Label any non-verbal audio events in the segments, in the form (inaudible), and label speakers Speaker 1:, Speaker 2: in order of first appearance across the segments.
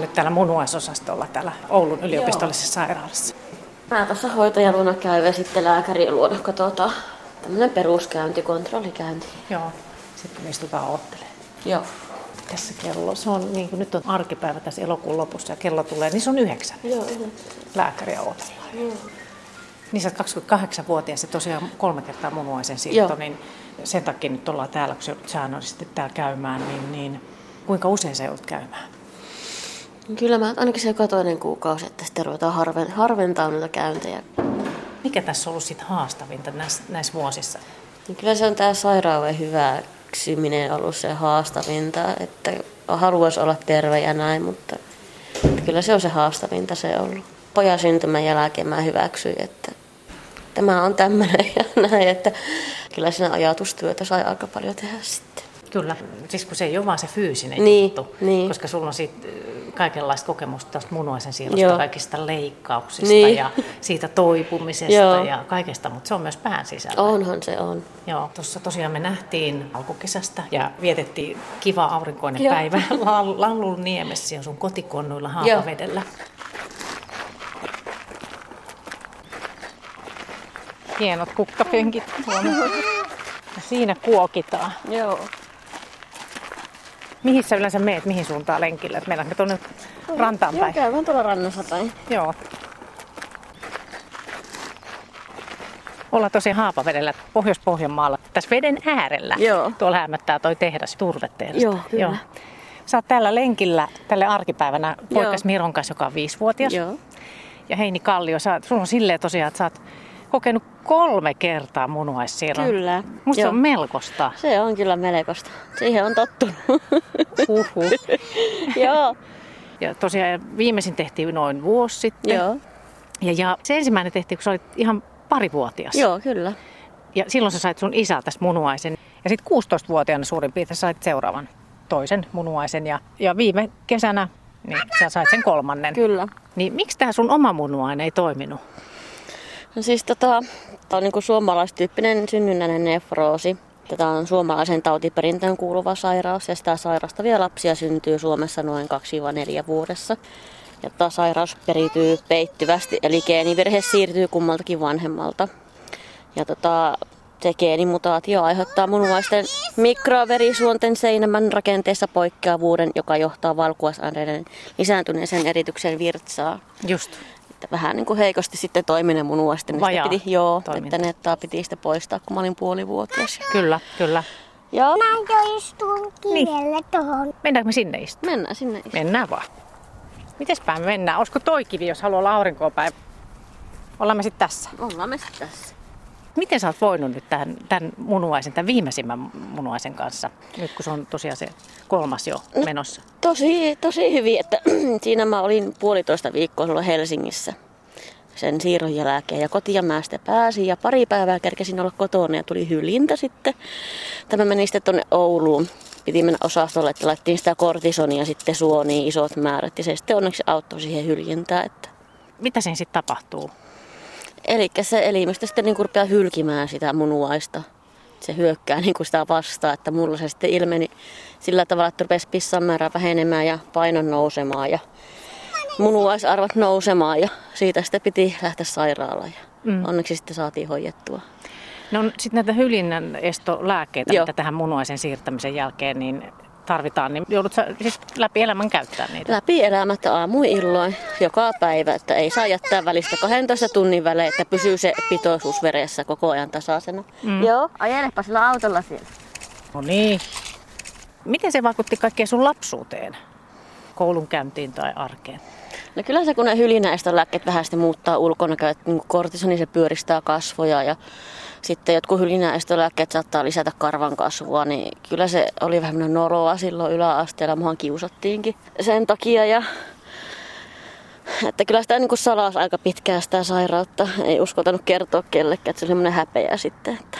Speaker 1: nyt täällä munuaisosastolla täällä Oulun yliopistollisessa Joo. sairaalassa.
Speaker 2: Mä tuossa hoitajan luona käyn ja sitten lääkärin luona tota, katsotaan. Tämmöinen peruskäynti, kontrollikäynti.
Speaker 1: Joo, sitten me istutaan oottelee.
Speaker 2: Joo.
Speaker 1: Tässä kello, se on niin kuin nyt on arkipäivä tässä elokuun lopussa ja kello tulee, niin se on yhdeksän.
Speaker 2: Joo,
Speaker 1: Lääkäriä odotellaan.
Speaker 2: Joo.
Speaker 1: Niin sä oot 28-vuotias ja tosiaan kolme kertaa munuaisen siirto,
Speaker 2: Joo.
Speaker 1: niin sen takia nyt ollaan täällä, kun sä joudut säännöllisesti täällä käymään, niin, niin kuinka usein sä joudut käymään?
Speaker 2: Kyllä mä ainakin se joka toinen kuukausi, että sitten ruvetaan harven, harventaa noita käyntejä.
Speaker 1: Mikä tässä on ollut sit haastavinta näissä, näissä vuosissa?
Speaker 2: Niin kyllä se on tämä sairauden hyväksyminen ollut se haastavinta, että haluaisi olla terve ja näin, mutta kyllä se on se haastavinta se ollut. Pojan syntymän jälkeen mä hyväksyin, että tämä on tämmöinen (laughs) ja näin, että kyllä siinä ajatustyötä sai aika paljon tehdä sitten.
Speaker 1: Kyllä, siis kun se ei ole vaan se fyysinen
Speaker 2: Niin,
Speaker 1: juttu,
Speaker 2: niin.
Speaker 1: koska sulla on siitä äh, kaikenlaista kokemusta tästä munuaisen siirrosta,
Speaker 2: Joo.
Speaker 1: kaikista leikkauksista
Speaker 2: Niin.
Speaker 1: ja siitä toipumisesta
Speaker 2: Joo.
Speaker 1: ja kaikesta, mutta se on myös pään sisällä.
Speaker 2: Onhan se on.
Speaker 1: Joo, tuossa tosiaan me nähtiin alkukesästä ja vietettiin kiva aurinkoinen
Speaker 2: Joo.
Speaker 1: päivä (laughs) Lallun niemessä ja sun kotikonnuilla Haapavedellä. Hienot
Speaker 2: (laughs)
Speaker 1: kukkapenkit. Siinä kuokitaan.
Speaker 2: Joo.
Speaker 1: Mihin sä yleensä meet, mihin suuntaan lenkille? Et Mennäänkö tuonne rantaan päin?
Speaker 2: Joo, käydään tuolla rannassa päin.
Speaker 1: Joo. Ollaan tosi Haapavedellä, Pohjois-Pohjanmaalla, tässä veden äärellä.
Speaker 2: Joo.
Speaker 1: Tuolla hämöttää toi tehdas, turvetehdas.
Speaker 2: Joo, kyllä.
Speaker 1: Sä oot täällä lenkillä tälle arkipäivänä
Speaker 2: Joo.
Speaker 1: poikas Miron kanssa, joka on viisivuotias.
Speaker 2: Joo.
Speaker 1: Ja Heini Kallio, sä, sulla on silleen tosiaan, että sä oot kokenut kolme kertaa munuaissiirron.
Speaker 2: Kyllä.
Speaker 1: Musta se
Speaker 2: Joo.
Speaker 1: on melkoista.
Speaker 2: Se on kyllä melkoista. Siihen on tottunut. (laughs)
Speaker 1: Huhhuh.
Speaker 2: Joo.
Speaker 1: Ja tosiaan viimeisin tehtiin noin vuosi sitten.
Speaker 2: Joo.
Speaker 1: Ja, ja se ensimmäinen tehtiin, kun sä olit ihan parivuotias.
Speaker 2: Joo, kyllä.
Speaker 1: Ja silloin sä sait sun isältäs munuaisen. Ja sitten 16-vuotiaana suurin piirtein sait seuraavan toisen munuaisen. Ja, ja viime kesänä niin sä sait sen kolmannen.
Speaker 2: Kyllä.
Speaker 1: Niin miksi tämä sun oma munuainen ei toiminut?
Speaker 2: No siis tota, tämä on niinku suomalaistyyppinen synnynnäinen nefroosi. Tätä on suomalaisen tautiperintöön kuuluva sairaus ja sitä sairastavia lapsia syntyy Suomessa noin 2-4 vuodessa. Ja tämä sairaus periytyy peittyvästi, eli geenivirhe siirtyy kummaltakin vanhemmalta. Ja tota, se geenimutaatio aiheuttaa munuaisten mikroverisuonten seinämän rakenteessa poikkeavuuden, joka johtaa valkuaisaineiden lisääntyneeseen eritykseen virtsaa
Speaker 1: Just.
Speaker 2: että vähän niin kuin heikosti sitten toiminen mun uosti, niin sitä
Speaker 1: Vajaa
Speaker 2: piti, joo,
Speaker 1: toiminta.
Speaker 2: että nettaa piti sitä poistaa, kun mä olin puolivuotias.
Speaker 1: Kyllä, kyllä.
Speaker 2: Joo,
Speaker 3: Mä jo istun kivelle niin. tuohon.
Speaker 1: Mennäänkö me sinne istumaan?
Speaker 2: mennään sinne. istumaan.
Speaker 1: Mennään vaan. Mitespäin me mennään? Olisiko toi kivi, jos haluaa olla aurinkoon päin? Ollaan me sitten tässä.
Speaker 2: Ollaan me sitten tässä.
Speaker 1: Miten sä oot voinut nyt tämän, tämän munuaisen, tämän viimeisimmän munuaisen kanssa, nyt kun se on tosiaan se kolmas jo menossa?
Speaker 2: Tosi, tosi hyvin, että (clears throat) siinä mä olin puolitoista viikkoa silloin Helsingissä sen siirron jälkeen. Ja kotia mä sitten pääsin ja pari päivää kerkesin olla kotona ja tuli hylintä sitten. Tämä meni sitten tuonne Ouluun. Piti mennä osastolle, että laittiin sitä kortisonia sitten suoniin isot määrät. Ja se sitten onneksi auttoi siihen hyljentään, että
Speaker 1: Mitä siinä sitten tapahtuu?
Speaker 2: Eli se elimistö sitten niin rupeaa hylkimään sitä munuaista. Se hyökkää niin sitä vastaan, että mulla se sitten ilmeni sillä tavalla, että rupesi pissan määrä vähenemään ja painon nousemaan ja munuaisarvot nousemaan ja siitä sitten piti lähteä sairaalaan ja mm. onneksi sitten saatiin hoidettua.
Speaker 1: No sitten näitä hylinnän estolääkkeitä, Joo.
Speaker 2: Joo.
Speaker 1: mitä tähän munuaisen siirtämisen jälkeen niin tarvitaan, niin joudut sä siis läpi elämän käyttää niitä.
Speaker 2: Läpi elämättä aamuilloin joka päivä, että ei saa jättää välistä 12 tunnin välein, että pysyy se pitoisuus veressä koko ajan tasaisena. Mm. Joo, ajelepa sillä autolla siellä.
Speaker 1: No niin. Miten se vaikutti kaikkeen sun lapsuuteen? Koulunkäyntiin tai arkeen?
Speaker 2: No kyllä se, kun ne hylinäistä lääkkeet vähän sitten muuttaa ulkonäköä, että niin kortisoni se pyöristää kasvoja ja sitten jotkut hylinäistölääkkeet saattaa lisätä karvan kasvua, niin kyllä se oli vähän semmoinen noloa silloin yläasteella, muhan kiusattiinkin sen takia ja että kyllä sitä niin salas aika pitkään sitä sairautta, ei uskaltanut kertoa kellekään, että se oli semmoinen häpeä sitten, että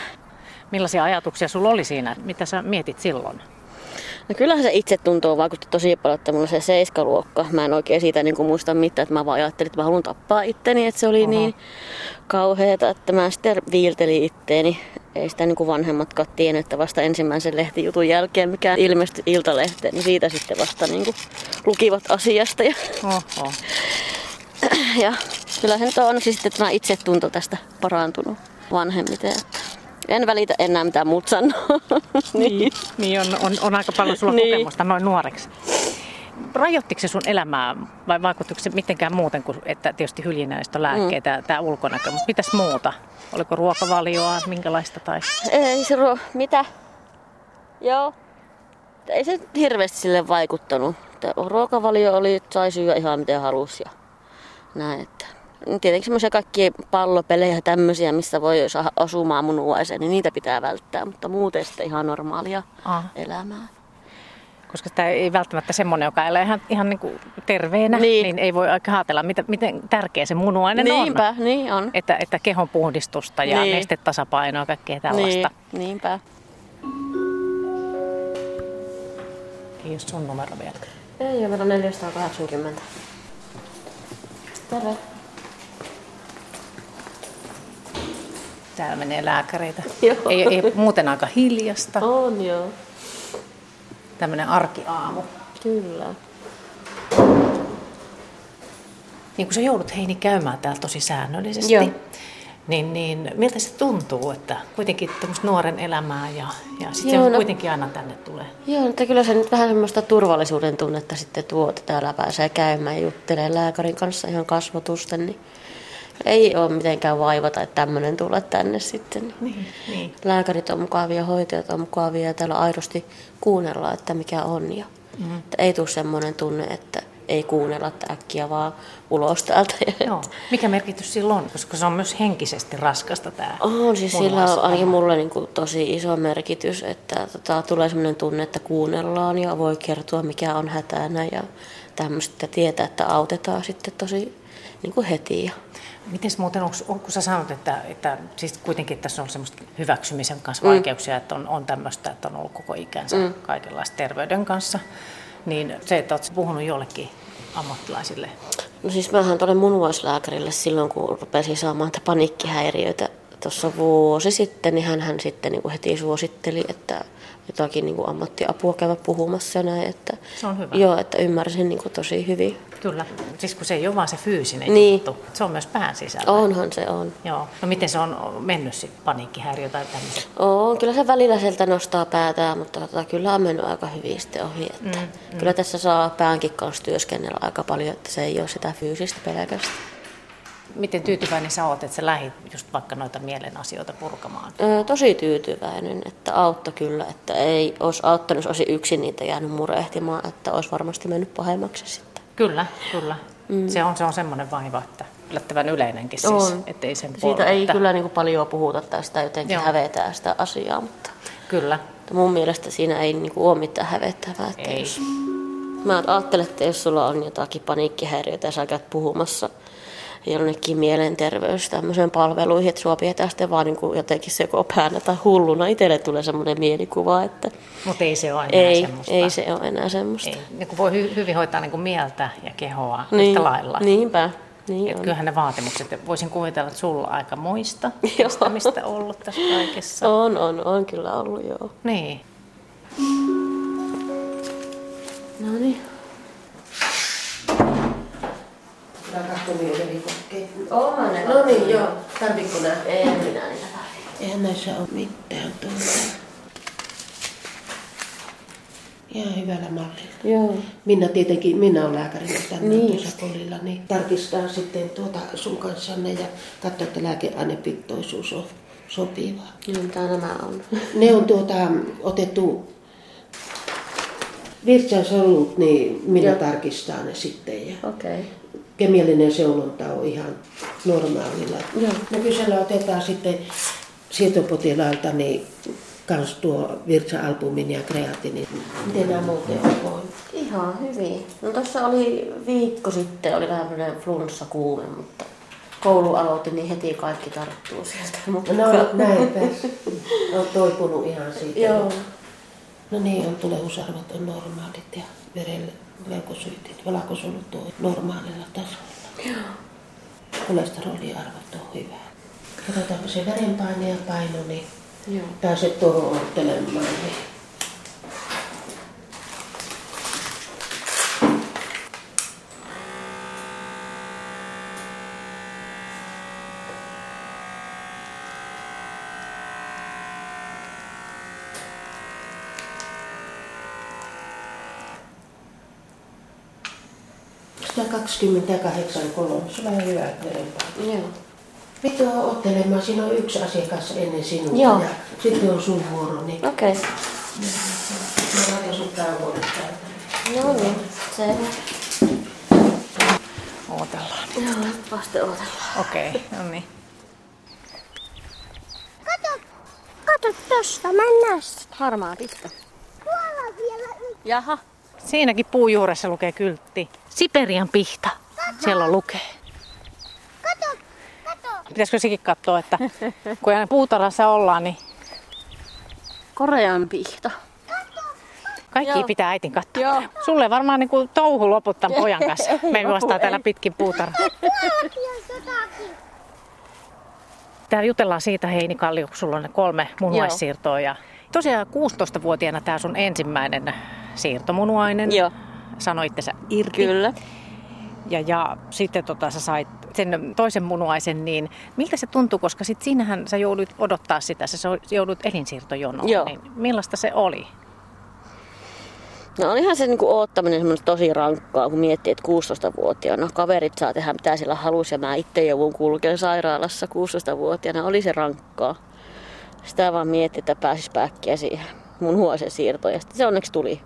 Speaker 1: Millaisia ajatuksia sulla oli siinä? Mitä sä mietit silloin?
Speaker 2: No kyllähän se itse tuntuu vaikutti tosi paljon, että mulla se seiskaluokka. Mä en oikein siitä niin kuin muista mitään, että mä vaan ajattelin, että mä haluan tappaa itteni, että se oli
Speaker 1: Oho.
Speaker 2: Oho. niin kauheeta, että mä sitten viiltelin itteeni. Ei sitä niin kuin vanhemmatkaan tiennyt, että vasta ensimmäisen lehtijutun jälkeen, mikä ilmestyi iltalehteen, niin siitä sitten vasta niin kuin lukivat asiasta. Ja,
Speaker 1: Oho.
Speaker 2: ja kyllä se nyt on onneksi sitten tämä itsetunto tästä parantunut vanhemmiten. että En välitä enää mitä muut sanoo.
Speaker 1: Niin, niin on, on, on aika paljon sulla
Speaker 2: Niin.
Speaker 1: kokemusta noin nuoreksi. Rajoittiko se sun elämää vai vaikuttiko se mitenkään muuten kuin, että tietysti hyljinäistä lääkkeitä ja tämä ulkonäkö, mutta mitäs muuta? Oliko ruokavalioa, minkälaista tai?
Speaker 2: Ei se ruo... Mitä? Joo. Ei se hirveästi sille vaikuttanut. Että Ruokavalio oli, että sai syödä ihan miten halusi ja näin. Että. Tietenkin semmoisia kaikki pallopelejä ja tämmöisiä, missä voi saada osumaan munuaiseen, niin niitä pitää välttää. Mutta muuten sitten ihan normaalia
Speaker 1: Aha.
Speaker 2: elämää.
Speaker 1: Koska sitä ei välttämättä semmoinen, joka elää ihan, ihan niin kuin terveenä, niin.
Speaker 2: Niin.
Speaker 1: niin ei voi oikein ajatella, miten, miten tärkeä se munuainen
Speaker 2: niinpä,
Speaker 1: on.
Speaker 2: niin on.
Speaker 1: Että, että kehon puhdistusta ja niin.
Speaker 2: Niin.
Speaker 1: nestetasapainoa ja kaikkea tällaista.
Speaker 2: niin, niinpä.
Speaker 1: Niin. Ei ole sun numero vielä.
Speaker 2: Ei ole 480. Terve.
Speaker 1: Täällä menee lääkäreitä.
Speaker 2: Joo.
Speaker 1: Ei, ei, muuten aika hiljasta.
Speaker 2: On joo,
Speaker 1: Tämmöinen arkiaamu.
Speaker 2: kyllä.
Speaker 1: Niin kun sä joudut Heini käymään täällä tosi säännöllisesti,
Speaker 2: Joo.
Speaker 1: niin, niin miltä se tuntuu, että kuitenkin tämmöistä nuoren elämää ja, ja sitten
Speaker 2: Joo,
Speaker 1: se
Speaker 2: no-
Speaker 1: kuitenkin aina tänne tulee.
Speaker 2: Joo, mutta kyllä se nyt vähän semmoista turvallisuuden tunnetta sitten tuo, että täällä pääsee käymään ja juttelee lääkärin kanssa ihan kasvotusten, niin ei ole mitenkään vaiva tai tämmöinen tulla tänne sitten.
Speaker 1: Niin, niin.
Speaker 2: Lääkärit on mukavia, hoitajat on mukavia ja täällä aidosti kuunnellaan, että mikä on. Ja, mm. että ei tule semmoinen tunne, että ei kuunnella, että äkkiä vaan ulos täältä.
Speaker 1: Joo. Mikä merkitys sillä on, koska se on myös henkisesti raskasta tämä.
Speaker 2: On, siis
Speaker 1: mulla
Speaker 2: sillä on
Speaker 1: asetelma.
Speaker 2: ainakin mulle niin kuin tosi iso merkitys, että tota, tulee sellainen tunne, että kuunnellaan ja voi kertoa, mikä on hätänä ja tämmöistä tietää, että autetaan sitten tosi niin kuin heti. Ja,
Speaker 1: Miten muuten, onko, kun sä sanot, että, että siis kuitenkin tässä on semmoista hyväksymisen kanssa vaikeuksia, että on, on tämmöistä, että on ollut koko ikänsä mm. kaikenlaista terveyden kanssa, niin se, että oot sä puhunut jollekin ammattilaisille.
Speaker 2: no siis mähän olen munuaislääkärille silloin, kun rupesin saamaan tätä paniikkihäiriöitä tuossa vuosi sitten, niin hän sitten niin kuin heti suositteli, että jotakin niin kuin ammattiapua käydä puhumassa ja näin. Että,
Speaker 1: Se on hyvä.
Speaker 2: Joo, että ymmärsin niin kuin tosi hyvin.
Speaker 1: Kyllä, siis kun se ei ole vaan se fyysinen niin.
Speaker 2: Niin.
Speaker 1: juttu, se on myös pään sisällä.
Speaker 2: Onhan se on.
Speaker 1: Joo. No miten se on mennyt sitten, paniikkihäiriö tai tämmöistä?
Speaker 2: On, kyllä se välillä sieltä nostaa päätään, mutta tota, kyllä on mennyt aika hyvin sitten ohi. Että mm, mm. Kyllä tässä saa päänkin kanssa työskennellä aika paljon, että se ei ole sitä fyysistä pelkästään.
Speaker 1: Miten tyytyväinen sä oot, että sä lähit just vaikka noita mielen asioita purkamaan?
Speaker 2: Ö, tosi tyytyväinen, että auttoi kyllä, että ei olisi auttanut, jos olisi yksin niitä jäänyt murehtimaan, että olisi varmasti mennyt pahemmaksi sitten.
Speaker 1: Kyllä, kyllä. Mm. Se on, se on semmoinen vaiva, että yllättävän yleinenkin siis,
Speaker 2: On.
Speaker 1: ettei sen
Speaker 2: Siitä ei
Speaker 1: että...
Speaker 2: kyllä niin kuin paljon puhuta tai sitä jotenkin
Speaker 1: Joo.
Speaker 2: Joo. hävetää sitä asiaa, mutta
Speaker 1: Kyllä,
Speaker 2: mutta mun mielestä siinä ei niin kuin, ole mitään hävettävää. Että
Speaker 1: Ei.
Speaker 2: Jos, mä ajattelen, että jos sulla on jotakin paniikkihäiriötä ja sä käyt puhumassa jonnekin mielenterveys tämmöiseen palveluihin, että sua pidetään sitten vaan niin kuin, jotenkin joko päänä tai hulluna. Itselle tulee semmoinen mielikuva, että
Speaker 1: mutta ei se ole enää
Speaker 2: ei,
Speaker 1: semmoista.
Speaker 2: ei se ole enää semmoista.
Speaker 1: Ei. Niin kun voi hy- hyvin hoitaa niin kuin mieltä ja kehoa niin.
Speaker 2: Niin,
Speaker 1: yhtä lailla.
Speaker 2: niinpä, niin
Speaker 1: Et
Speaker 2: on.
Speaker 1: kyllähän ne vaatimukset, ja voisin kuvitella, että sulla on aika muista
Speaker 2: (laughs) Joo.
Speaker 1: mistä ollut tässä kaikessa.
Speaker 2: On, on, on kyllä ollut, joo.
Speaker 1: Niin.
Speaker 2: No niin. No niin, joo. Tarvitko nää? Ei minä niitä tarvitse.
Speaker 4: Eihän näissä ole mitään tuota. Ihan hyvällä mallilla.
Speaker 2: Joo.
Speaker 4: Minna tietenkin, Minna on lääkärinä tänne
Speaker 2: Niin
Speaker 4: niin. tuossa kolilla, niin tarkistaa sitten tuota sun kanssanne ja katsoo, että lääkeainepittoisuus on sopiva.
Speaker 2: No, mitä nämä on?
Speaker 4: Ne on tuota, otettu virtsansolut, niin Minna
Speaker 2: Joo.
Speaker 4: tarkistaa ne sitten. Ja
Speaker 2: (laughs) Okei. Okay.
Speaker 4: kemiallinen seulonta on ihan normaalilla.
Speaker 2: Joo.
Speaker 4: Nykyisellä otetaan sitten sietopotilailta niin kans tuo virtsa-albumin ja kreatinin. Miten nämä muuten on voinut?
Speaker 2: Ihan hyvin. No tuossa oli viikko sitten, oli vähän tämmöinen flunssa kuume, mutta koulu aloitti, niin heti kaikki (laughs) tarttuu sieltä. Mutta
Speaker 4: (laughs) No näinpäs. Olet toipunut ihan siitä.
Speaker 2: Joo.
Speaker 4: No niin, on tulehusarvet on normaalit ja verelle valkosyytit, valkosolut on normaalilla tasolla. Kolesteroliarvot on hyvä. Katsotaanko se verenpaine ja paino, niin
Speaker 2: Joo.
Speaker 4: pääset tuohon ottelemaan. Niin. Sitä 28 kolme. Sulla on hyvä verenpaine.
Speaker 2: Joo.
Speaker 4: Mitä on ottelemaan? Siinä on yksi asiakas ennen sinua.
Speaker 2: Joo.
Speaker 4: Ja sitten on sun vuoro, niin
Speaker 2: Okei.
Speaker 4: mä laitan sun päävuodet täältä.
Speaker 2: No niin, se.
Speaker 1: Ootellaan.
Speaker 2: Joo, vasta odotellaan.
Speaker 1: Okei, no niin.
Speaker 3: Kato, kato tosta, mä en näe sitä.
Speaker 2: Harmaa piste.
Speaker 3: Tuolla vielä yksi.
Speaker 2: Jaha.
Speaker 1: Siinäkin puun juuressa lukee kyltti. Siperian pihta. Siellä lukee.
Speaker 3: Kato, kato.
Speaker 1: Pitäisikö sekin katsoa, että kun aina puutarhassa ollaan, niin
Speaker 2: Korean pihta.
Speaker 1: kaikki
Speaker 2: Joo.
Speaker 1: pitää äitin katsoa.
Speaker 2: Joo.
Speaker 1: Sulle varmaan niin kuin touhu loput tämän
Speaker 2: (laughs)
Speaker 1: pojan kanssa. Me juostaan täällä pitkin puutarhaa.
Speaker 3: Tuollakin on jotakin.
Speaker 1: Täällä jutellaan siitä, Heini Kallio, kun sulla on ne kolme munuaissiirtoa. Ja tosiaan 16-vuotiaana tämä sun ensimmäinen siirtomunuainen.
Speaker 2: Joo.
Speaker 1: Sanoitte sä irti.
Speaker 2: Kyllä.
Speaker 1: Ja, ja sitten tota, sä sait sen toisen munuaisen, niin miltä se tuntui, koska sit siinähän sä joudut odottaa sitä, sä so- joudut elinsiirtojonoon.
Speaker 2: Joo.
Speaker 1: Niin millaista se oli?
Speaker 2: No olihan se niinku oottaminen semmoista tosi rankkaa, kun miettii, että 16-vuotiaana kaverit saa tehdä mitä sillä halusi ja mä itse joudun kulkeen sairaalassa 16-vuotiaana. Oli se rankkaa. Sitä vaan mietti, että pääsis päkkiä siihen mun huoseen siirtoon ja sitten se onneksi tuli.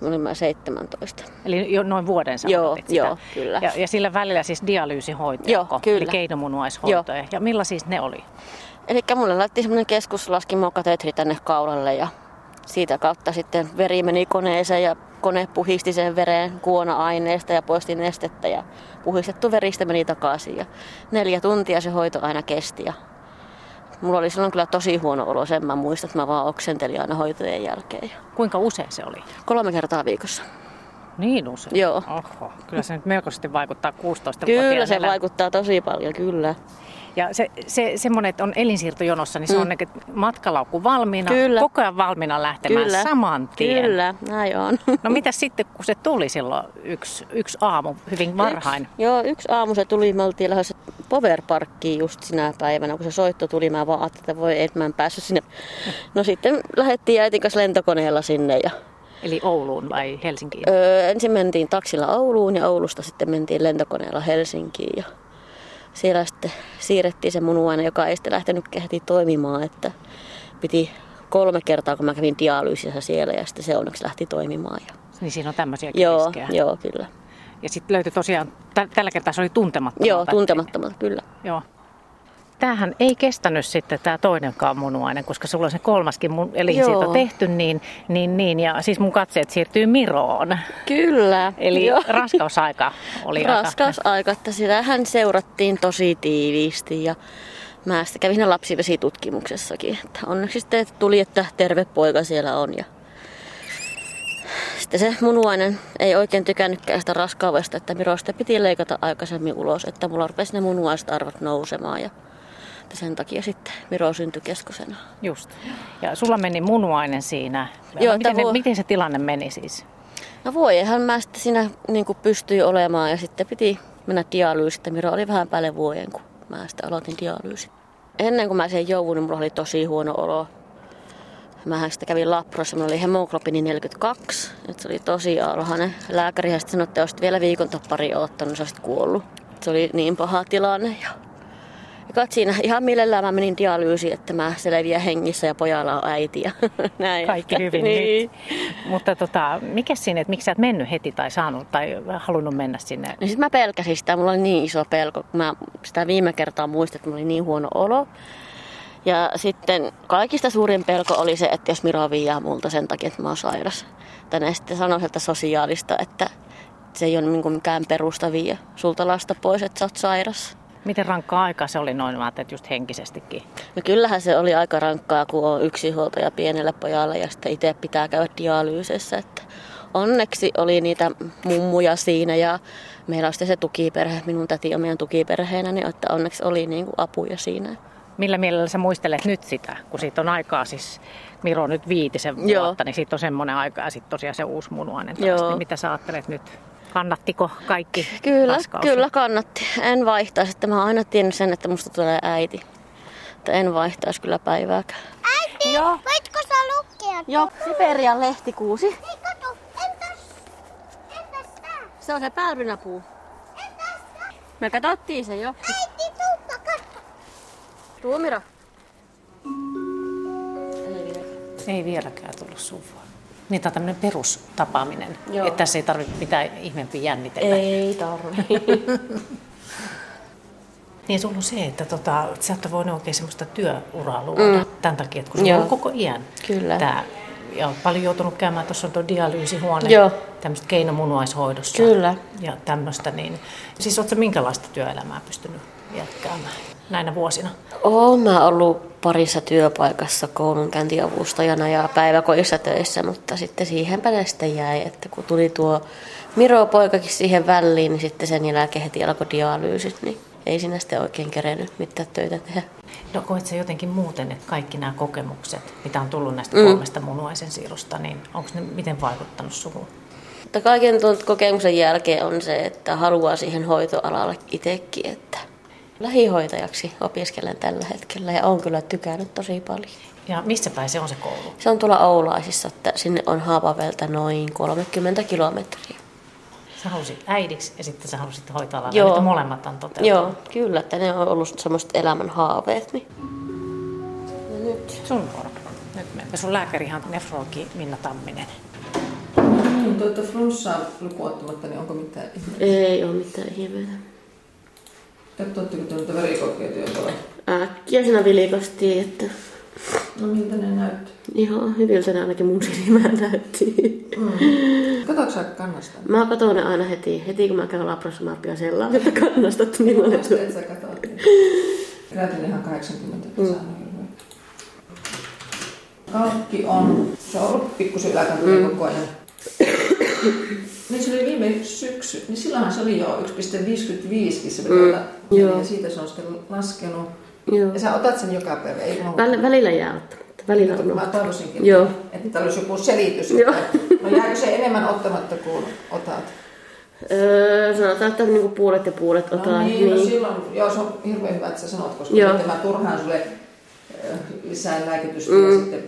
Speaker 2: Mä olin mä 17.
Speaker 1: Eli jo noin vuoden sä
Speaker 2: Joo,
Speaker 1: odotit sitä.
Speaker 2: joo, kyllä.
Speaker 1: Ja, ja sillä välillä siis dialyysihoito,
Speaker 2: Joo,
Speaker 1: eli
Speaker 2: kyllä.
Speaker 1: keinomunuaishoitoja. Ja millaisia ne oli?
Speaker 2: Eli mulle laitettiin semmoinen keskuslaskimokatetri tänne kaulalle ja siitä kautta sitten veri meni koneeseen ja kone puhisti sen veren kuona-aineesta ja poisti nestettä ja puhistettu veristä meni takaisin ja neljä tuntia se hoito aina kesti ja mulla oli silloin kyllä tosi huono olo, sen mä muistan, että mä vaan oksentelin aina hoitojen jälkeen ja
Speaker 1: Kuinka usein se oli?
Speaker 2: kolme kertaa viikossa.
Speaker 1: Niin usein?
Speaker 2: Joo.
Speaker 1: Oho, kyllä se nyt melkoisesti vaikuttaa 16
Speaker 2: Kyllä se vaikuttaa tosi paljon, kyllä.
Speaker 1: Ja se, se semmoinen, että on elinsiirtojonossa, niin se on että matkalaukku valmiina,
Speaker 2: Mm. Kyllä.
Speaker 1: koko ajan valmiina lähtemään
Speaker 2: Kyllä.
Speaker 1: saman tien.
Speaker 2: Kyllä, näin on. (laughs)
Speaker 1: No mitä sitten, kun se tuli silloin yksi, yksi aamu hyvin varhain?
Speaker 2: Yksi, joo, yksi aamu se tuli, me oltiin lähdössä Powerparkkiin just sinä päivänä, kun se soitto tuli, mä vaan ajattelin, että voi, et mä en päässyt sinne. No sitten lähdettiin äitin kanssa lentokoneella sinne ja
Speaker 1: Eli Ouluun vai Helsinkiin?
Speaker 2: öö, ensin mentiin taksilla Ouluun ja Oulusta sitten mentiin lentokoneella Helsinkiin ja siellä sitten siirrettiin se munuainen, joka ei sitten lähtenyt heti toimimaan, että piti kolme kertaa, kun mä kävin dialyysissä siellä ja sitten se onneksi lähti toimimaan. Ja...
Speaker 1: Niin siinä on tämmöisiä
Speaker 2: Joo,
Speaker 1: riskejä.
Speaker 2: joo, kyllä.
Speaker 1: Ja sitten löytyi tosiaan, tä- tällä kertaa se oli tuntemattomalta.
Speaker 2: Joo, tuntemattomalta, kyllä.
Speaker 1: Joo. Tämähän ei kestänyt sitten tämä toinenkaan munuainen, koska sulla on se kolmaskin mun elinsiirto
Speaker 2: Joo.
Speaker 1: tehty, niin, niin, niin, ja siis mun katseet siirtyy Miroon.
Speaker 2: Kyllä.
Speaker 1: Eli
Speaker 2: Joo.
Speaker 1: raskausaika oli aika.
Speaker 2: Raskausaika, että sitähän seurattiin tosi tiiviisti ja mä sitten kävin siinä lapsivesitutkimuksessakin. Että onneksi sitten tuli, että terve poika siellä on ja sitten se munuainen ei oikein tykännytkään sitä raskaudesta, että Mirosta piti leikata aikaisemmin ulos, että mulla rupesi ne munuaiset arvot nousemaan ja että sen takia sitten Miro syntyi keskosena.
Speaker 1: Just. Ja sulla meni munuainen siinä.
Speaker 2: Joo,
Speaker 1: miten,
Speaker 2: tää
Speaker 1: se,
Speaker 2: vu-
Speaker 1: miten se tilanne meni siis?
Speaker 2: No voi, eihän mä sitten siinä niin pystyi olemaan ja sitten piti mennä dialyysistä. Miro oli vähän päälle vuoden, kun mä sitten aloitin dialyysin. Ennen kuin mä siihen joudun, niin mulla oli tosi huono olo. Mähän sitten kävin laprossa, mulla oli hemoglobiini 42. Nyt se oli tosi alhainen. Lääkäri sitten sanoi, että olisit vielä viikon tai pari oottanut, niin sä olisit kuollut. Se oli niin paha tilanne. Ja, ja kat siinä ihan mielellään mä menin dialyysiin, että mä selviän hengissä ja pojalla on äiti. Ja (laughs) näin.
Speaker 1: Kaikki
Speaker 2: Että-
Speaker 1: hyvin
Speaker 2: niin.
Speaker 1: nyt. Mutta tota, mikä siinä, että miksi sä et mennyt heti tai saanut tai halunnut mennä sinne?
Speaker 2: No sit mä pelkäsin sitä, mulla oli niin iso pelko, kun mä sitä viime kertaa muistin, että mulla oli niin huono olo. Ja sitten kaikista suurin pelko oli se, että jos Miro viiää multa sen takia, että mä oon sairas. Tai ne sitten sanoi sieltä sosiaalista, että se ei ole niinku mikään perusta viiä sulta lasta pois, että sä oot sairas.
Speaker 1: Miten rankkaa aikaa se oli noin, mä ajattelin, että just henkisestikin.
Speaker 2: No kyllähän se oli aika rankkaa, kun on yksi huoltaja pienellä pojalla ja sitten itse pitää käydä dialyysessä. Että onneksi oli niitä mummuja siinä ja meillä on sitten se tukiperhe, minun täti on meidän tukiperheenä, niin että onneksi oli niin kuin apuja siinä.
Speaker 1: Millä mielellä sä muistelet nyt sitä, kun siitä on aikaa siis, Miro nyt viitisen vuotta,
Speaker 2: Joo.
Speaker 1: niin siitä on semmoinen aika ja sitten tosiaan se uusi munuainen.
Speaker 2: Joo.
Speaker 1: taas, Niin mitä sä ajattelet nyt? Kannattiko kaikki
Speaker 2: Kyllä,
Speaker 1: raskaus?
Speaker 2: kyllä kannatti. En vaihtaisi, että mä oon aina tiennyt sen, että musta tulee äiti. Että en vaihtaisi kyllä päivääkään.
Speaker 3: Äiti,
Speaker 2: Joo.
Speaker 3: voitko sä lukea?
Speaker 2: Joo, Siperian lehtikuusi.
Speaker 3: Hei, kato, entäs, entäs tää?
Speaker 2: Se on se päärynäpuu.
Speaker 3: Entäs tää?
Speaker 2: Me katsottiin se jo.
Speaker 3: Äiti, tuuppa, kato.
Speaker 2: Tuomira.
Speaker 1: Ei vieläkään tullut suvua. Niin tämä on tämmöinen perustapaaminen,
Speaker 2: Joo.
Speaker 1: että tässä ei tarvitse mitään ihmeempiä jännitellä.
Speaker 2: Ei tarvi.
Speaker 1: Niin sulla on se, että tota, sä et ole voinut oikein semmoista työuraa luoda mm. tämän takia, että kun sulla
Speaker 2: Joo.
Speaker 1: on koko iän
Speaker 2: Kyllä.
Speaker 1: Tää, ja oot paljon joutunut käymään, tuossa on tuo dialyysihuone,
Speaker 2: Joo.
Speaker 1: tämmöistä keinomunuaishoidossa
Speaker 2: Kyllä.
Speaker 1: ja tämmöistä. Niin, siis ootko minkälaista työelämää pystynyt jatkamaan näinä vuosina?
Speaker 2: Oon mä ollut parissa työpaikassa koulunkäyntiavustajana ja päiväkodissa töissä, mutta sitten siihenpä ne sitten jäi, että kun tuli tuo Miro-poikakin siihen väliin, niin sitten sen jälkeen heti alkoi dialyysit, niin ei siinä sitten oikein kerennyt mitään töitä tehdä.
Speaker 1: No koet sä jotenkin muuten, että kaikki nämä kokemukset, mitä on tullut näistä mm. kolmesta munuaisen siirrosta, niin onko ne miten vaikuttanut suhun?
Speaker 2: Mutta kaiken tuon kokemuksen jälkeen on se, että haluaa siihen hoitoalalle itsekin, että lähihoitajaksi opiskelen tällä hetkellä ja on kyllä tykännyt tosi paljon.
Speaker 1: Ja missä päin se on se koulu?
Speaker 2: Se on tuolla Oulaisissa, että sinne on Haapavelta noin 30 kilometriä.
Speaker 1: Sä halusit äidiksi ja sitten sä halusit hoitaa
Speaker 2: Joo.
Speaker 1: alalla. molemmat on toteutunut.
Speaker 2: Joo, kyllä, että ne on ollut semmoiset elämän haaveet. Niin. Ja nyt.
Speaker 1: Sun vuoro. Nyt me. Ja sun lääkärihan on nefrologi Minna Tamminen.
Speaker 5: Tuntuu, Mm. että flunssaa lukuun ottamatta, niin onko mitään ihme?
Speaker 2: Ei ole mitään ihmeitä.
Speaker 5: Katsotteko te noita verikokkeita jotain?
Speaker 2: Äkkiä sinä vilkasti, että
Speaker 5: No miltä ne näyttää?
Speaker 2: ihan hyviltä ne ainakin mun silmään näytti.
Speaker 5: Katsoitko sä kannasta?
Speaker 2: Mä katson ne aina heti, heti kun mä käyn labrassa, mä pian sellaan, että kannasta, että millainen
Speaker 5: Jos
Speaker 2: se on.
Speaker 5: et sä katso. Räätin ihan 80 kesää. Mm. Kalkki on, se on ollut pikkusen yläkantoinen mm. koko ajan. niin se oli viime syksy, niin silloinhan se oli jo 1,55 se mm.
Speaker 2: Joo.
Speaker 5: ja siitä se on sitten laskenut.
Speaker 2: Joo.
Speaker 5: Ja sä otat sen joka päivä, ei unohda.
Speaker 2: Väl, välillä jää ottamatta, välillä on
Speaker 5: Mä toivoisinkin,
Speaker 2: Joo.
Speaker 5: että täällä olisi joku selitys.
Speaker 2: Joo.
Speaker 5: Että, no jääkö se enemmän ottamatta kuin otat?
Speaker 2: Öö, sanotaan, että niinku puolet ja puolet otan.
Speaker 5: no niin, No silloin, joo, se on hirveän hyvä, että sä sanot, koska
Speaker 2: Tota, Joo.
Speaker 5: joo. mä turhaan sulle ö, lisää lääkitystä mm. ja sitten...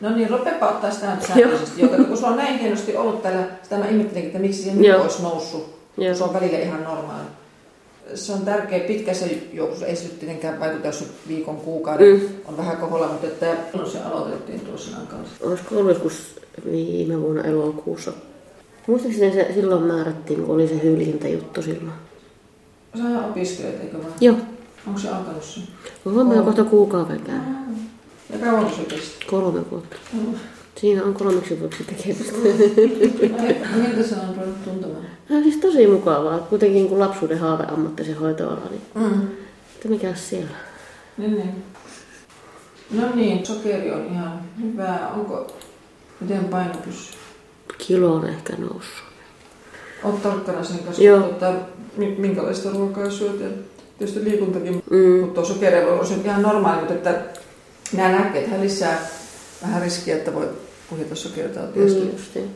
Speaker 5: No niin, rupeapa ottaa sitä nyt säännöllisesti, joo. kato, kun sulla on näin hienosti ollut täällä, sitä mä ihmettelinkin, että miksi se nyt
Speaker 2: Joo.
Speaker 5: olisi noussut,
Speaker 2: Joo.
Speaker 5: kun se on välillä ihan normaali. Se on tärkeä pitkässä juoksussa, ei se nyt tietenkään vaikuta, jos on viikon kuukauden mm. on vähän koholla, mutta että no, se aloitettiin tuossa noin kanssa.
Speaker 2: olisiko ollut joskus viime vuonna elokuussa. Muistaakseni se silloin määrättiin, kun oli se hylkintäjuttu silloin.
Speaker 5: Sä ihan opiskelet, eikö vaan?
Speaker 2: Joo.
Speaker 5: Onko se alkanut se?
Speaker 2: Olen mä jo kohta kuukauden käynyt.
Speaker 5: Ja kauanko se kesti?
Speaker 2: Kolme vuotta.
Speaker 5: Mm.
Speaker 2: Siinä on kolmeksi vuotta tekemistä.
Speaker 5: Miltä se on ruvennut tuntumaan?
Speaker 2: No, siis tosi mukavaa. Kuitenkin kun lapsuuden haave ammatti se hoitoala, niin
Speaker 5: Mm.
Speaker 2: että mikä siellä.
Speaker 5: Niin, niin. No niin, sokeri on ihan hyvä. Onko, miten paino pysyy?
Speaker 2: Kilo on ehkä noussut.
Speaker 5: Oot tarkkana sen kanssa,
Speaker 2: Joo.
Speaker 5: tota, mi- minkälaista ruokaa syöt. Ja tietysti liikuntakin, mm. mutta tuo sokeri voi olla se ihan normaali, mutta että nämä lääkkeethän lisää vähän riskiä, että voi puhjeta sokeritautia. Mm.
Speaker 2: justiin.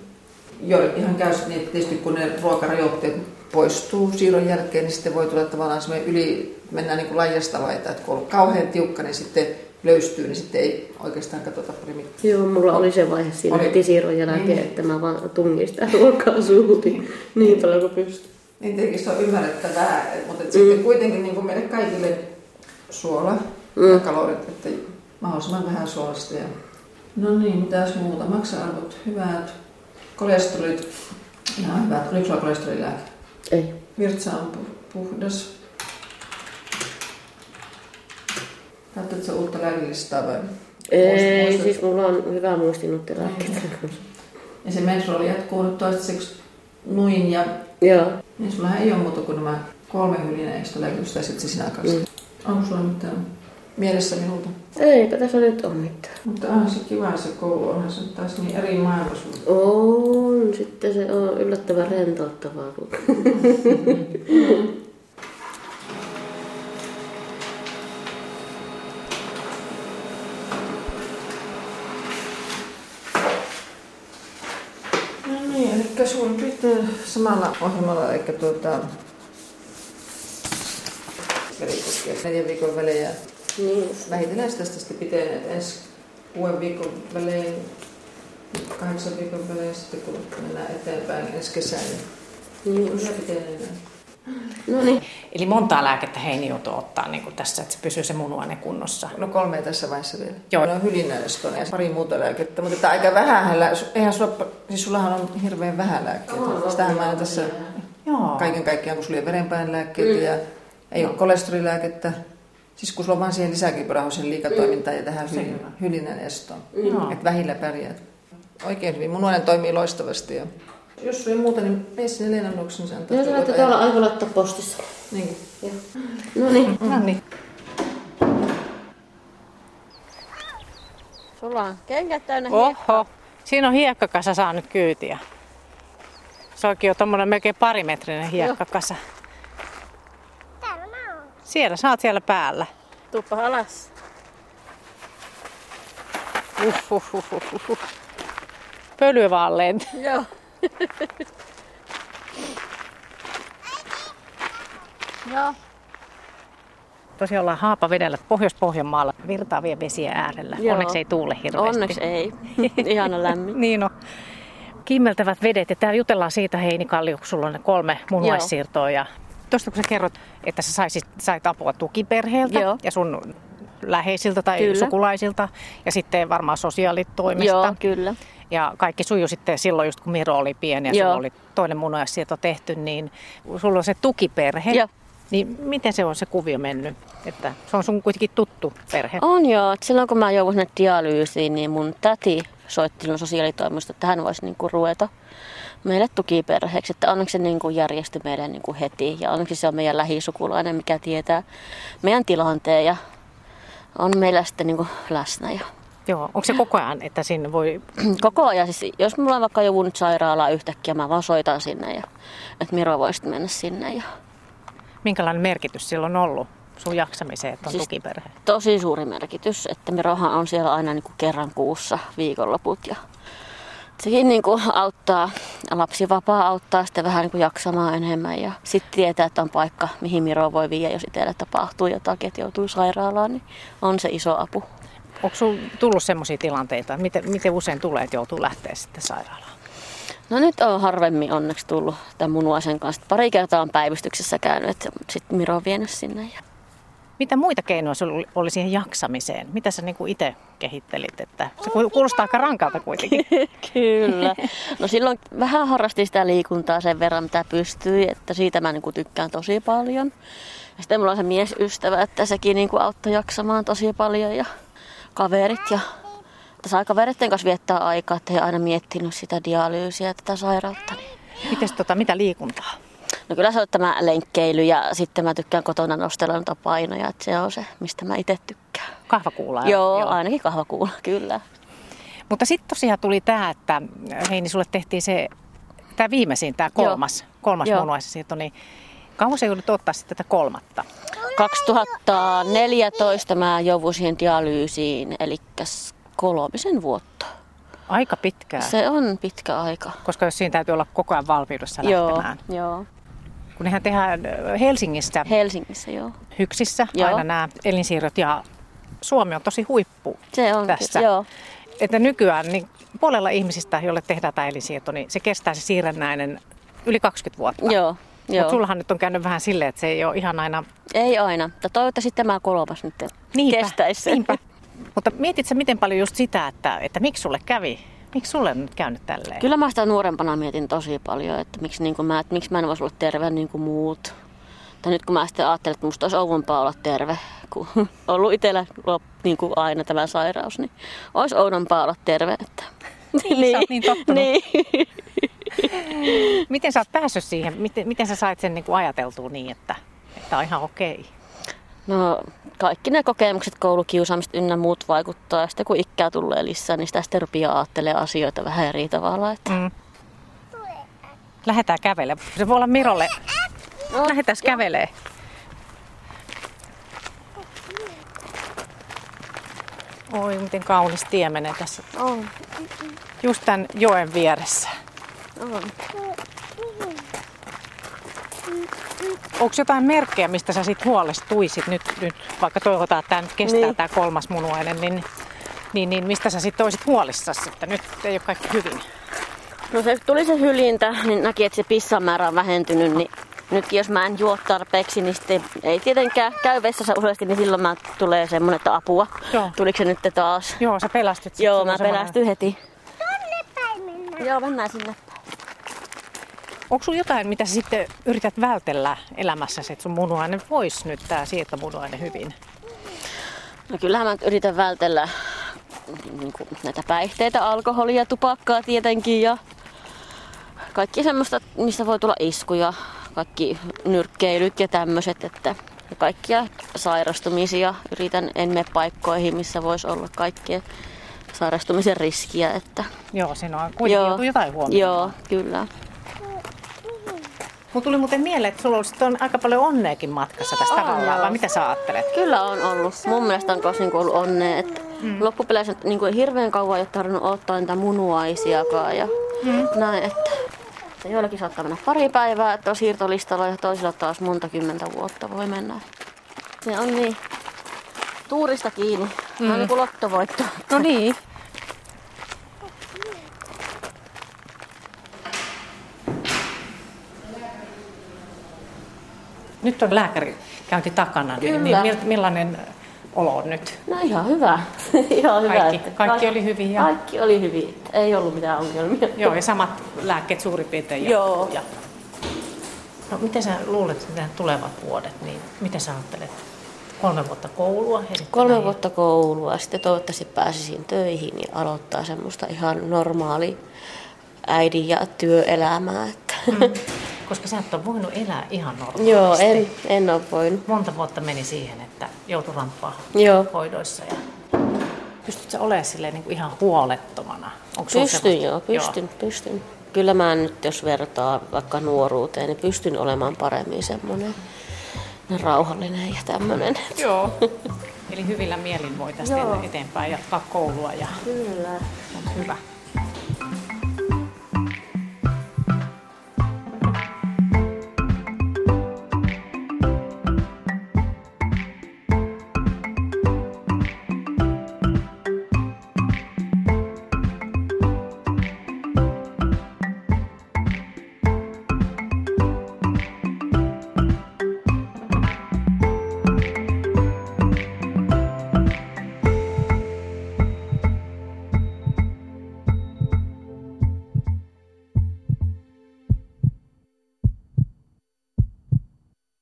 Speaker 5: joillekinhan käy sit niin, että tietysti kun ne ruokarajoitteet poistuu siirron jälkeen, niin sitten voi tulla tavallaan semmoinen yli, mennään niin kuin laijasta laitaan, että kun on ollut kauhean tiukka, niin sitten löystyy, niin sitten ei oikeastaan katsota primi.
Speaker 2: Joo, mulla oli se vaihe siinä
Speaker 5: Oli.
Speaker 2: heti siirron jälkeen,
Speaker 5: Niin.
Speaker 2: että mä vaan tungin sitä ruokaa suuhun niin paljon kuin pystyn.
Speaker 5: Niin tietenkin se on ymmärrettävää, mutta mm. sitten kuitenkin niin kuin meille kaikille suola mm. ja kalorit, että mahdollisimman vähän suolasta. Ja... No niin, mitäs muuta? Maksa-arvot hyvät, kolesterolit ihan hyvät. Oliko sulla kolesterolilääke?
Speaker 2: Ei.
Speaker 5: Virtsa on pu- puhdas. Katsotko sä uutta lääkelistaa vai?
Speaker 2: Ei,
Speaker 5: Muistat-
Speaker 2: siis mulla on hyvä muistinuttilääkkeitä.
Speaker 5: Ja se menstruaali jatkuu nyt toistaiseksi noin ja
Speaker 2: Joo.
Speaker 5: Niin sullahan ei ole muuta kuin nämä kolme hylineistä löytystä ja sitten se sinä kanssa. Mm. Onko sulla mitään mielessä minulta?
Speaker 2: Eipä tässä nyt ole mitään.
Speaker 5: Mutta onhan se kiva se koulu, onhan se taas niin eri maailma sulla.
Speaker 2: On, sitten se on yllättävän rentouttavaa. kun-
Speaker 5: No niin, eli sun pitää samalla ohjelmalla, eli tuota... Verikoskea neljän viikon välein ja
Speaker 2: niin.
Speaker 5: vähitellen sitä sitten sitten pitenee, että ensi kuuden viikon välein, kahdeksan viikon välein sitten kun mennään eteenpäin niin ensi kesään, niin kyllä se pitenee näin.
Speaker 2: No niin.
Speaker 1: Eli montaa lääkettä heini joutuu ottaa niin kuin tässä, että se pysyy se munuainen kunnossa.
Speaker 5: No kolme tässä vaiheessa vielä.
Speaker 1: Joo.
Speaker 5: Joo. No hylinnäistön ja pari muuta lääkettä, mutta tämä aika vähän lääkettä. Eihän sulla, siis sullahan on hirveän vähän lääkkeitä. Sitähän mä en tässä
Speaker 1: Joo.
Speaker 5: kaiken kaikkiaan, kun sulla ei verenpainelääkkeitä mm. ja ei ole kolesterolilääkettä. Siis kun sulla on vaan siihen lisäkipurahoisen liikatoimintaan ja tähän hylin, hylinnän estoon.
Speaker 1: Joo.
Speaker 5: Mm. Että vähillä pärjäät. Oikein hyvin. Munuainen toimii loistavasti. Ja... Jos sulla ei muuta, niin mene sinne Leenan luokse, niin se antaa.
Speaker 2: Jos
Speaker 5: tuota-
Speaker 2: olette täällä aivan laittaa postissa.
Speaker 5: Niin.
Speaker 2: No niin.
Speaker 1: No niin.
Speaker 2: Sulla on kengät täynnä
Speaker 1: Oho, siinä on hiekkakasa saanut kyytiä. Se onkin jo tommonen melkein parimetrinen hiekkakasa.
Speaker 3: Täällä mä oon.
Speaker 1: Siellä, sä oot siellä päällä.
Speaker 2: Tuppa alas.
Speaker 1: Uhuhuhuhuhu. Pöly vaan lentää.
Speaker 2: Joo. Joo.
Speaker 1: Tosiaan ollaan Haapavedellä Pohjois-Pohjanmaalla virtaavien vesien äärellä.
Speaker 2: Joo.
Speaker 1: Onneksi ei tuule hirveästi.
Speaker 2: Onneksi ei. (laughs) Ihana lämmin.
Speaker 1: Niin on. Kimmeltävät vedet ja täällä jutellaan siitä Heini Kallio, kun sulla on ne kolme munuaissiirtoa. Ja tuosta kun sä kerrot, että sä saisit, sait apua tukiperheeltä
Speaker 2: Joo.
Speaker 1: ja sun läheisiltä tai
Speaker 2: Kyllä.
Speaker 1: sukulaisilta ja sitten varmaan sosiaalitoimesta.
Speaker 2: Joo, kyllä.
Speaker 1: Ja kaikki sujuu sitten silloin, just kun Miro oli pieni ja sulla
Speaker 2: Joo.
Speaker 1: oli toinen munuaissiirto tehty, niin sulla on se tukiperhe.
Speaker 2: Joo.
Speaker 1: Niin miten se on se kuvio mennyt? Että se on sun kuitenkin tuttu perhe.
Speaker 2: On joo. Et Silloin kun mä jouduin sinne dialyysiin, niin mun täti soitti mun sosiaalitoimistosta, että hän voisi niinku ruveta meille tukiperheeksi. Että onneksi se niinku järjestyi meille niinku heti ja onneksi se on meidän lähisukulainen, mikä tietää meidän tilanteen ja on meillä sitten niinku läsnä. Ja (clears throat)
Speaker 1: Joo. Onko se koko ajan, että sinne voi
Speaker 2: koko ajan, siis jos mulla on vaikka joku nyt sairaala yhtäkkiä, mä vaan soitan sinne, ja, että Miro voisi mennä sinne. Ja
Speaker 1: Minkälainen merkitys sillä on ollut sun jaksamiseen, että on
Speaker 2: Siis-
Speaker 1: tukiperhe?
Speaker 2: tosi suuri merkitys, että Mirohan on siellä aina niin kuin kerran kuussa viikonloput ja sekin niin kuin auttaa, lapsivapaa auttaa sitten vähän niin kuin jaksamaan enemmän ja sitten tietää, että on paikka, mihin Miro voi viedä, jos itselle tapahtuu jotakin, että joutuu sairaalaan, niin on se iso apu.
Speaker 1: Onko sun tullut sellaisia tilanteita, miten, miten usein tulee, että joutuu lähteä sitten sairaalaan?
Speaker 2: No nyt on harvemmin onneksi tullut tämän munuaisen kanssa. Pari kertaa on päivystyksessä käynyt, että sitten Miro on vienyt sinne. Ja
Speaker 1: Mitä muita keinoja sulla oli- oli siihen jaksamiseen? Mitä sä niinku itse kehittelit? Että se ku- kuulostaa aika rankalta
Speaker 2: (laughs)
Speaker 1: kuitenkin.
Speaker 2: Kyllä. No silloin vähän harrastin sitä liikuntaa sen verran, mitä pystyi, että siitä mä niin kuin tykkään tosi paljon. Ja sitten mulla on se miesystävä, että sekin niin kuin auttoi jaksamaan tosi paljon ja kaverit ja että saa kavereiden kanssa viettää aikaa, ettei aina miettinyt sitä dialyysiä ja tätä sairautta. Niin.
Speaker 1: Mites, tota, mitä liikuntaa?
Speaker 2: No kyllä se on tämä lenkkeily ja sitten mä tykkään kotona nostella noita painoja, että se on se, mistä mä itse tykkään.
Speaker 1: Kahvakuulaa.
Speaker 2: joo, joo, ainakin kahvakuula, kyllä.
Speaker 1: Mutta sitten tosiaan tuli tämä, että Heini, sulle tehtiin se, tämä viimeisin, tämä
Speaker 2: Joo.
Speaker 1: kolmas, kolmas
Speaker 2: Joo.
Speaker 1: munuaissiirto, niin kauan se joudut ottaa sitten tätä kolmatta?
Speaker 2: 2014 mä jouduin siihen dialyysiin, eli kolmisen vuotta.
Speaker 1: Aika pitkään, se...
Speaker 2: Se on pitkä aika.
Speaker 1: koska jos siinä täytyy olla koko ajan valmiudessa lähtemään.
Speaker 2: Joo, joo.
Speaker 1: kun nehän tehdään Helsingistä
Speaker 2: Helsingissä joo.
Speaker 1: hyksissä
Speaker 2: Joo.
Speaker 1: aina nämä elinsiirrot ja Suomi on tosi huippu
Speaker 2: Se on
Speaker 1: tässä.
Speaker 2: kyllä, joo.
Speaker 1: Että nykyään niin puolella ihmisistä, joille tehdään tämä elinsiirto, niin se kestää se siirrännäinen yli 20 vuotta.
Speaker 2: Joo,
Speaker 1: Mutta
Speaker 2: joo.
Speaker 1: sullahan nyt on käynyt vähän silleen, että se ei ole ihan aina
Speaker 2: Ei aina, mutta toivottavasti tämä kolmas nyt
Speaker 1: niinpä.
Speaker 2: kestäisi sen.
Speaker 1: Niinpä. Mutta mietit sä miten paljon just sitä, että, että miksi sulle kävi? Miksi sulle on nyt käynyt tälleen?
Speaker 2: Kyllä mä sitä nuorempana mietin tosi paljon, että miksi, niin kuin mä, että miksi mä en voisi olla terve niin kuin muut. Tai nyt kun mä sitten ajattelin, että musta olisi oudompaa olla terve, kun (laughs) on ollut itsellä lop- niin kuin aina tämä sairaus, niin olisi oudompaa olla terve. Että. (laughs)
Speaker 1: Niin, sä oot niin tottunut.
Speaker 2: niin.
Speaker 1: Miten sä oot päässyt siihen? Miten, miten sä sait sen niin kuin ajateltua niin, että tämä on ihan okei?
Speaker 2: No kaikki ne kokemukset, koulukiusaamiset ynnä muut vaikuttaa. Ja sitten kun ikää tulee lisää, niin sitä sitten rupeaa ajattelemaan asioita vähän eri tavalla. Että...
Speaker 1: Mm. Lähdetään kävelemään. Se voi olla Mirolle.
Speaker 2: No,
Speaker 1: Lähdetään kävelee. Oi, miten kaunis tie menee tässä.
Speaker 2: On,
Speaker 1: Just tämän joen vieressä.
Speaker 2: on.
Speaker 1: Onko jotain merkkejä, mistä sä sit huolestuisit nyt, nyt vaikka toivotaan, että tämä nyt kestää
Speaker 2: Niin.
Speaker 1: tämä kolmas munuainen, niin, niin, niin mistä sä sitten olisit huolissasi, että nyt ei ole kaikki hyvin?
Speaker 2: No se tuli se hylintä, niin näki, että se pissan määrä on vähentynyt, niin nytkin jos mä en juo tarpeeksi, niin sitten ei tietenkään käy vessassa useasti, niin silloin mä tulee semmoinen, että apua.
Speaker 1: Joo.
Speaker 2: Tuliko se nyt taas?
Speaker 1: Joo, sä pelästyt. sit.
Speaker 2: Joo,
Speaker 1: Sulla
Speaker 2: mä
Speaker 1: on semmoinen-
Speaker 2: pelästyn heti.
Speaker 3: Tonne päin mennään.
Speaker 2: Joo, mennään sinne.
Speaker 1: Onko sulla jotain, mitä sä sitten yrität vältellä elämässäsi, että sun munuainen voisi nyt tämä siirtomunuainen hyvin?
Speaker 2: No kyllähän mä nyt yritän vältellä niin kuin, näitä päihteitä, alkoholia, tupakkaa tietenkin ja kaikki semmoista, mistä voi tulla iskuja, kaikki nyrkkeilyt ja tämmöiset, että ja kaikkia sairastumisia. Yritän en mene paikkoihin, missä voisi olla kaikkien sairastumisen riskiä. Että,
Speaker 1: Joo, siinä on kuitenkin joutuu jotain huomioon.
Speaker 2: Joo, kyllä.
Speaker 1: Mulla tuli muuten mieleen, että sulla on, sit on aika paljon onneakin matkassa tässä tavallaan, vai mitä sä ajattelet?
Speaker 2: Kyllä on ollut. Mun mielestä on myös niinku ollut onnea. Että mm. Loppupeleissä niin kuin hirveän kauan ei ole tarvinnut odottaa niitä munuaisiakaan. Ja mm. näin, että, että joillakin saattaa mennä pari päivää, että on siirtolistalla ja toisilla taas monta kymmentä vuotta voi mennä. Se on niin tuurista kiinni. Mm. on niin kuin lottovoitto.
Speaker 1: No niin. Nyt on lääkärikäynti takana, niin
Speaker 2: Kyllä.
Speaker 1: mil- millainen olo on nyt?
Speaker 2: No ihan hyvä. (laughs) ihan hyvä
Speaker 1: Kaikki- kaikki oli hyvin ja-
Speaker 2: Kaikki oli hyvin. Ei ollut mitään ongelmia.
Speaker 1: Joo, ja samat lääkkeet suurin piirtein
Speaker 2: Joo.
Speaker 1: jatkuu ja- No miten sä luulet, että nämä tulevat vuodet, niin mitä sä ajattelet? Kolme vuotta koulua? ja sitten
Speaker 2: Kolme
Speaker 1: näin.
Speaker 2: vuotta koulua, sitten toivottavasti pääsisin töihin ja aloittaa semmoista ihan normaali äidin ja työelämää. Että.
Speaker 1: Koska sä et ole voinut elää ihan normaalisti.
Speaker 2: (laughs) Joo, en, en ole voinut.
Speaker 1: Monta vuotta meni siihen, että joutui ramppaa
Speaker 2: Joo.
Speaker 1: hoidoissa. Ja... Pystytkö sä olemaan silleen niin kuin ihan huolettomana? Onko sulla
Speaker 2: Pystyn
Speaker 1: semmoista-
Speaker 2: joo, pystyn,
Speaker 1: Joo.
Speaker 2: joo. pystyn. Kyllä mä nyt, jos vertaa vaikka nuoruuteen, niin pystyn olemaan paremmin semmoinen rauhallinen ja tämmöinen.
Speaker 1: Eli hyvillä mielin voi tästä
Speaker 2: Joo.
Speaker 1: eteenpäin jatkaa koulua ja
Speaker 2: Kyllä.
Speaker 1: on hyvä.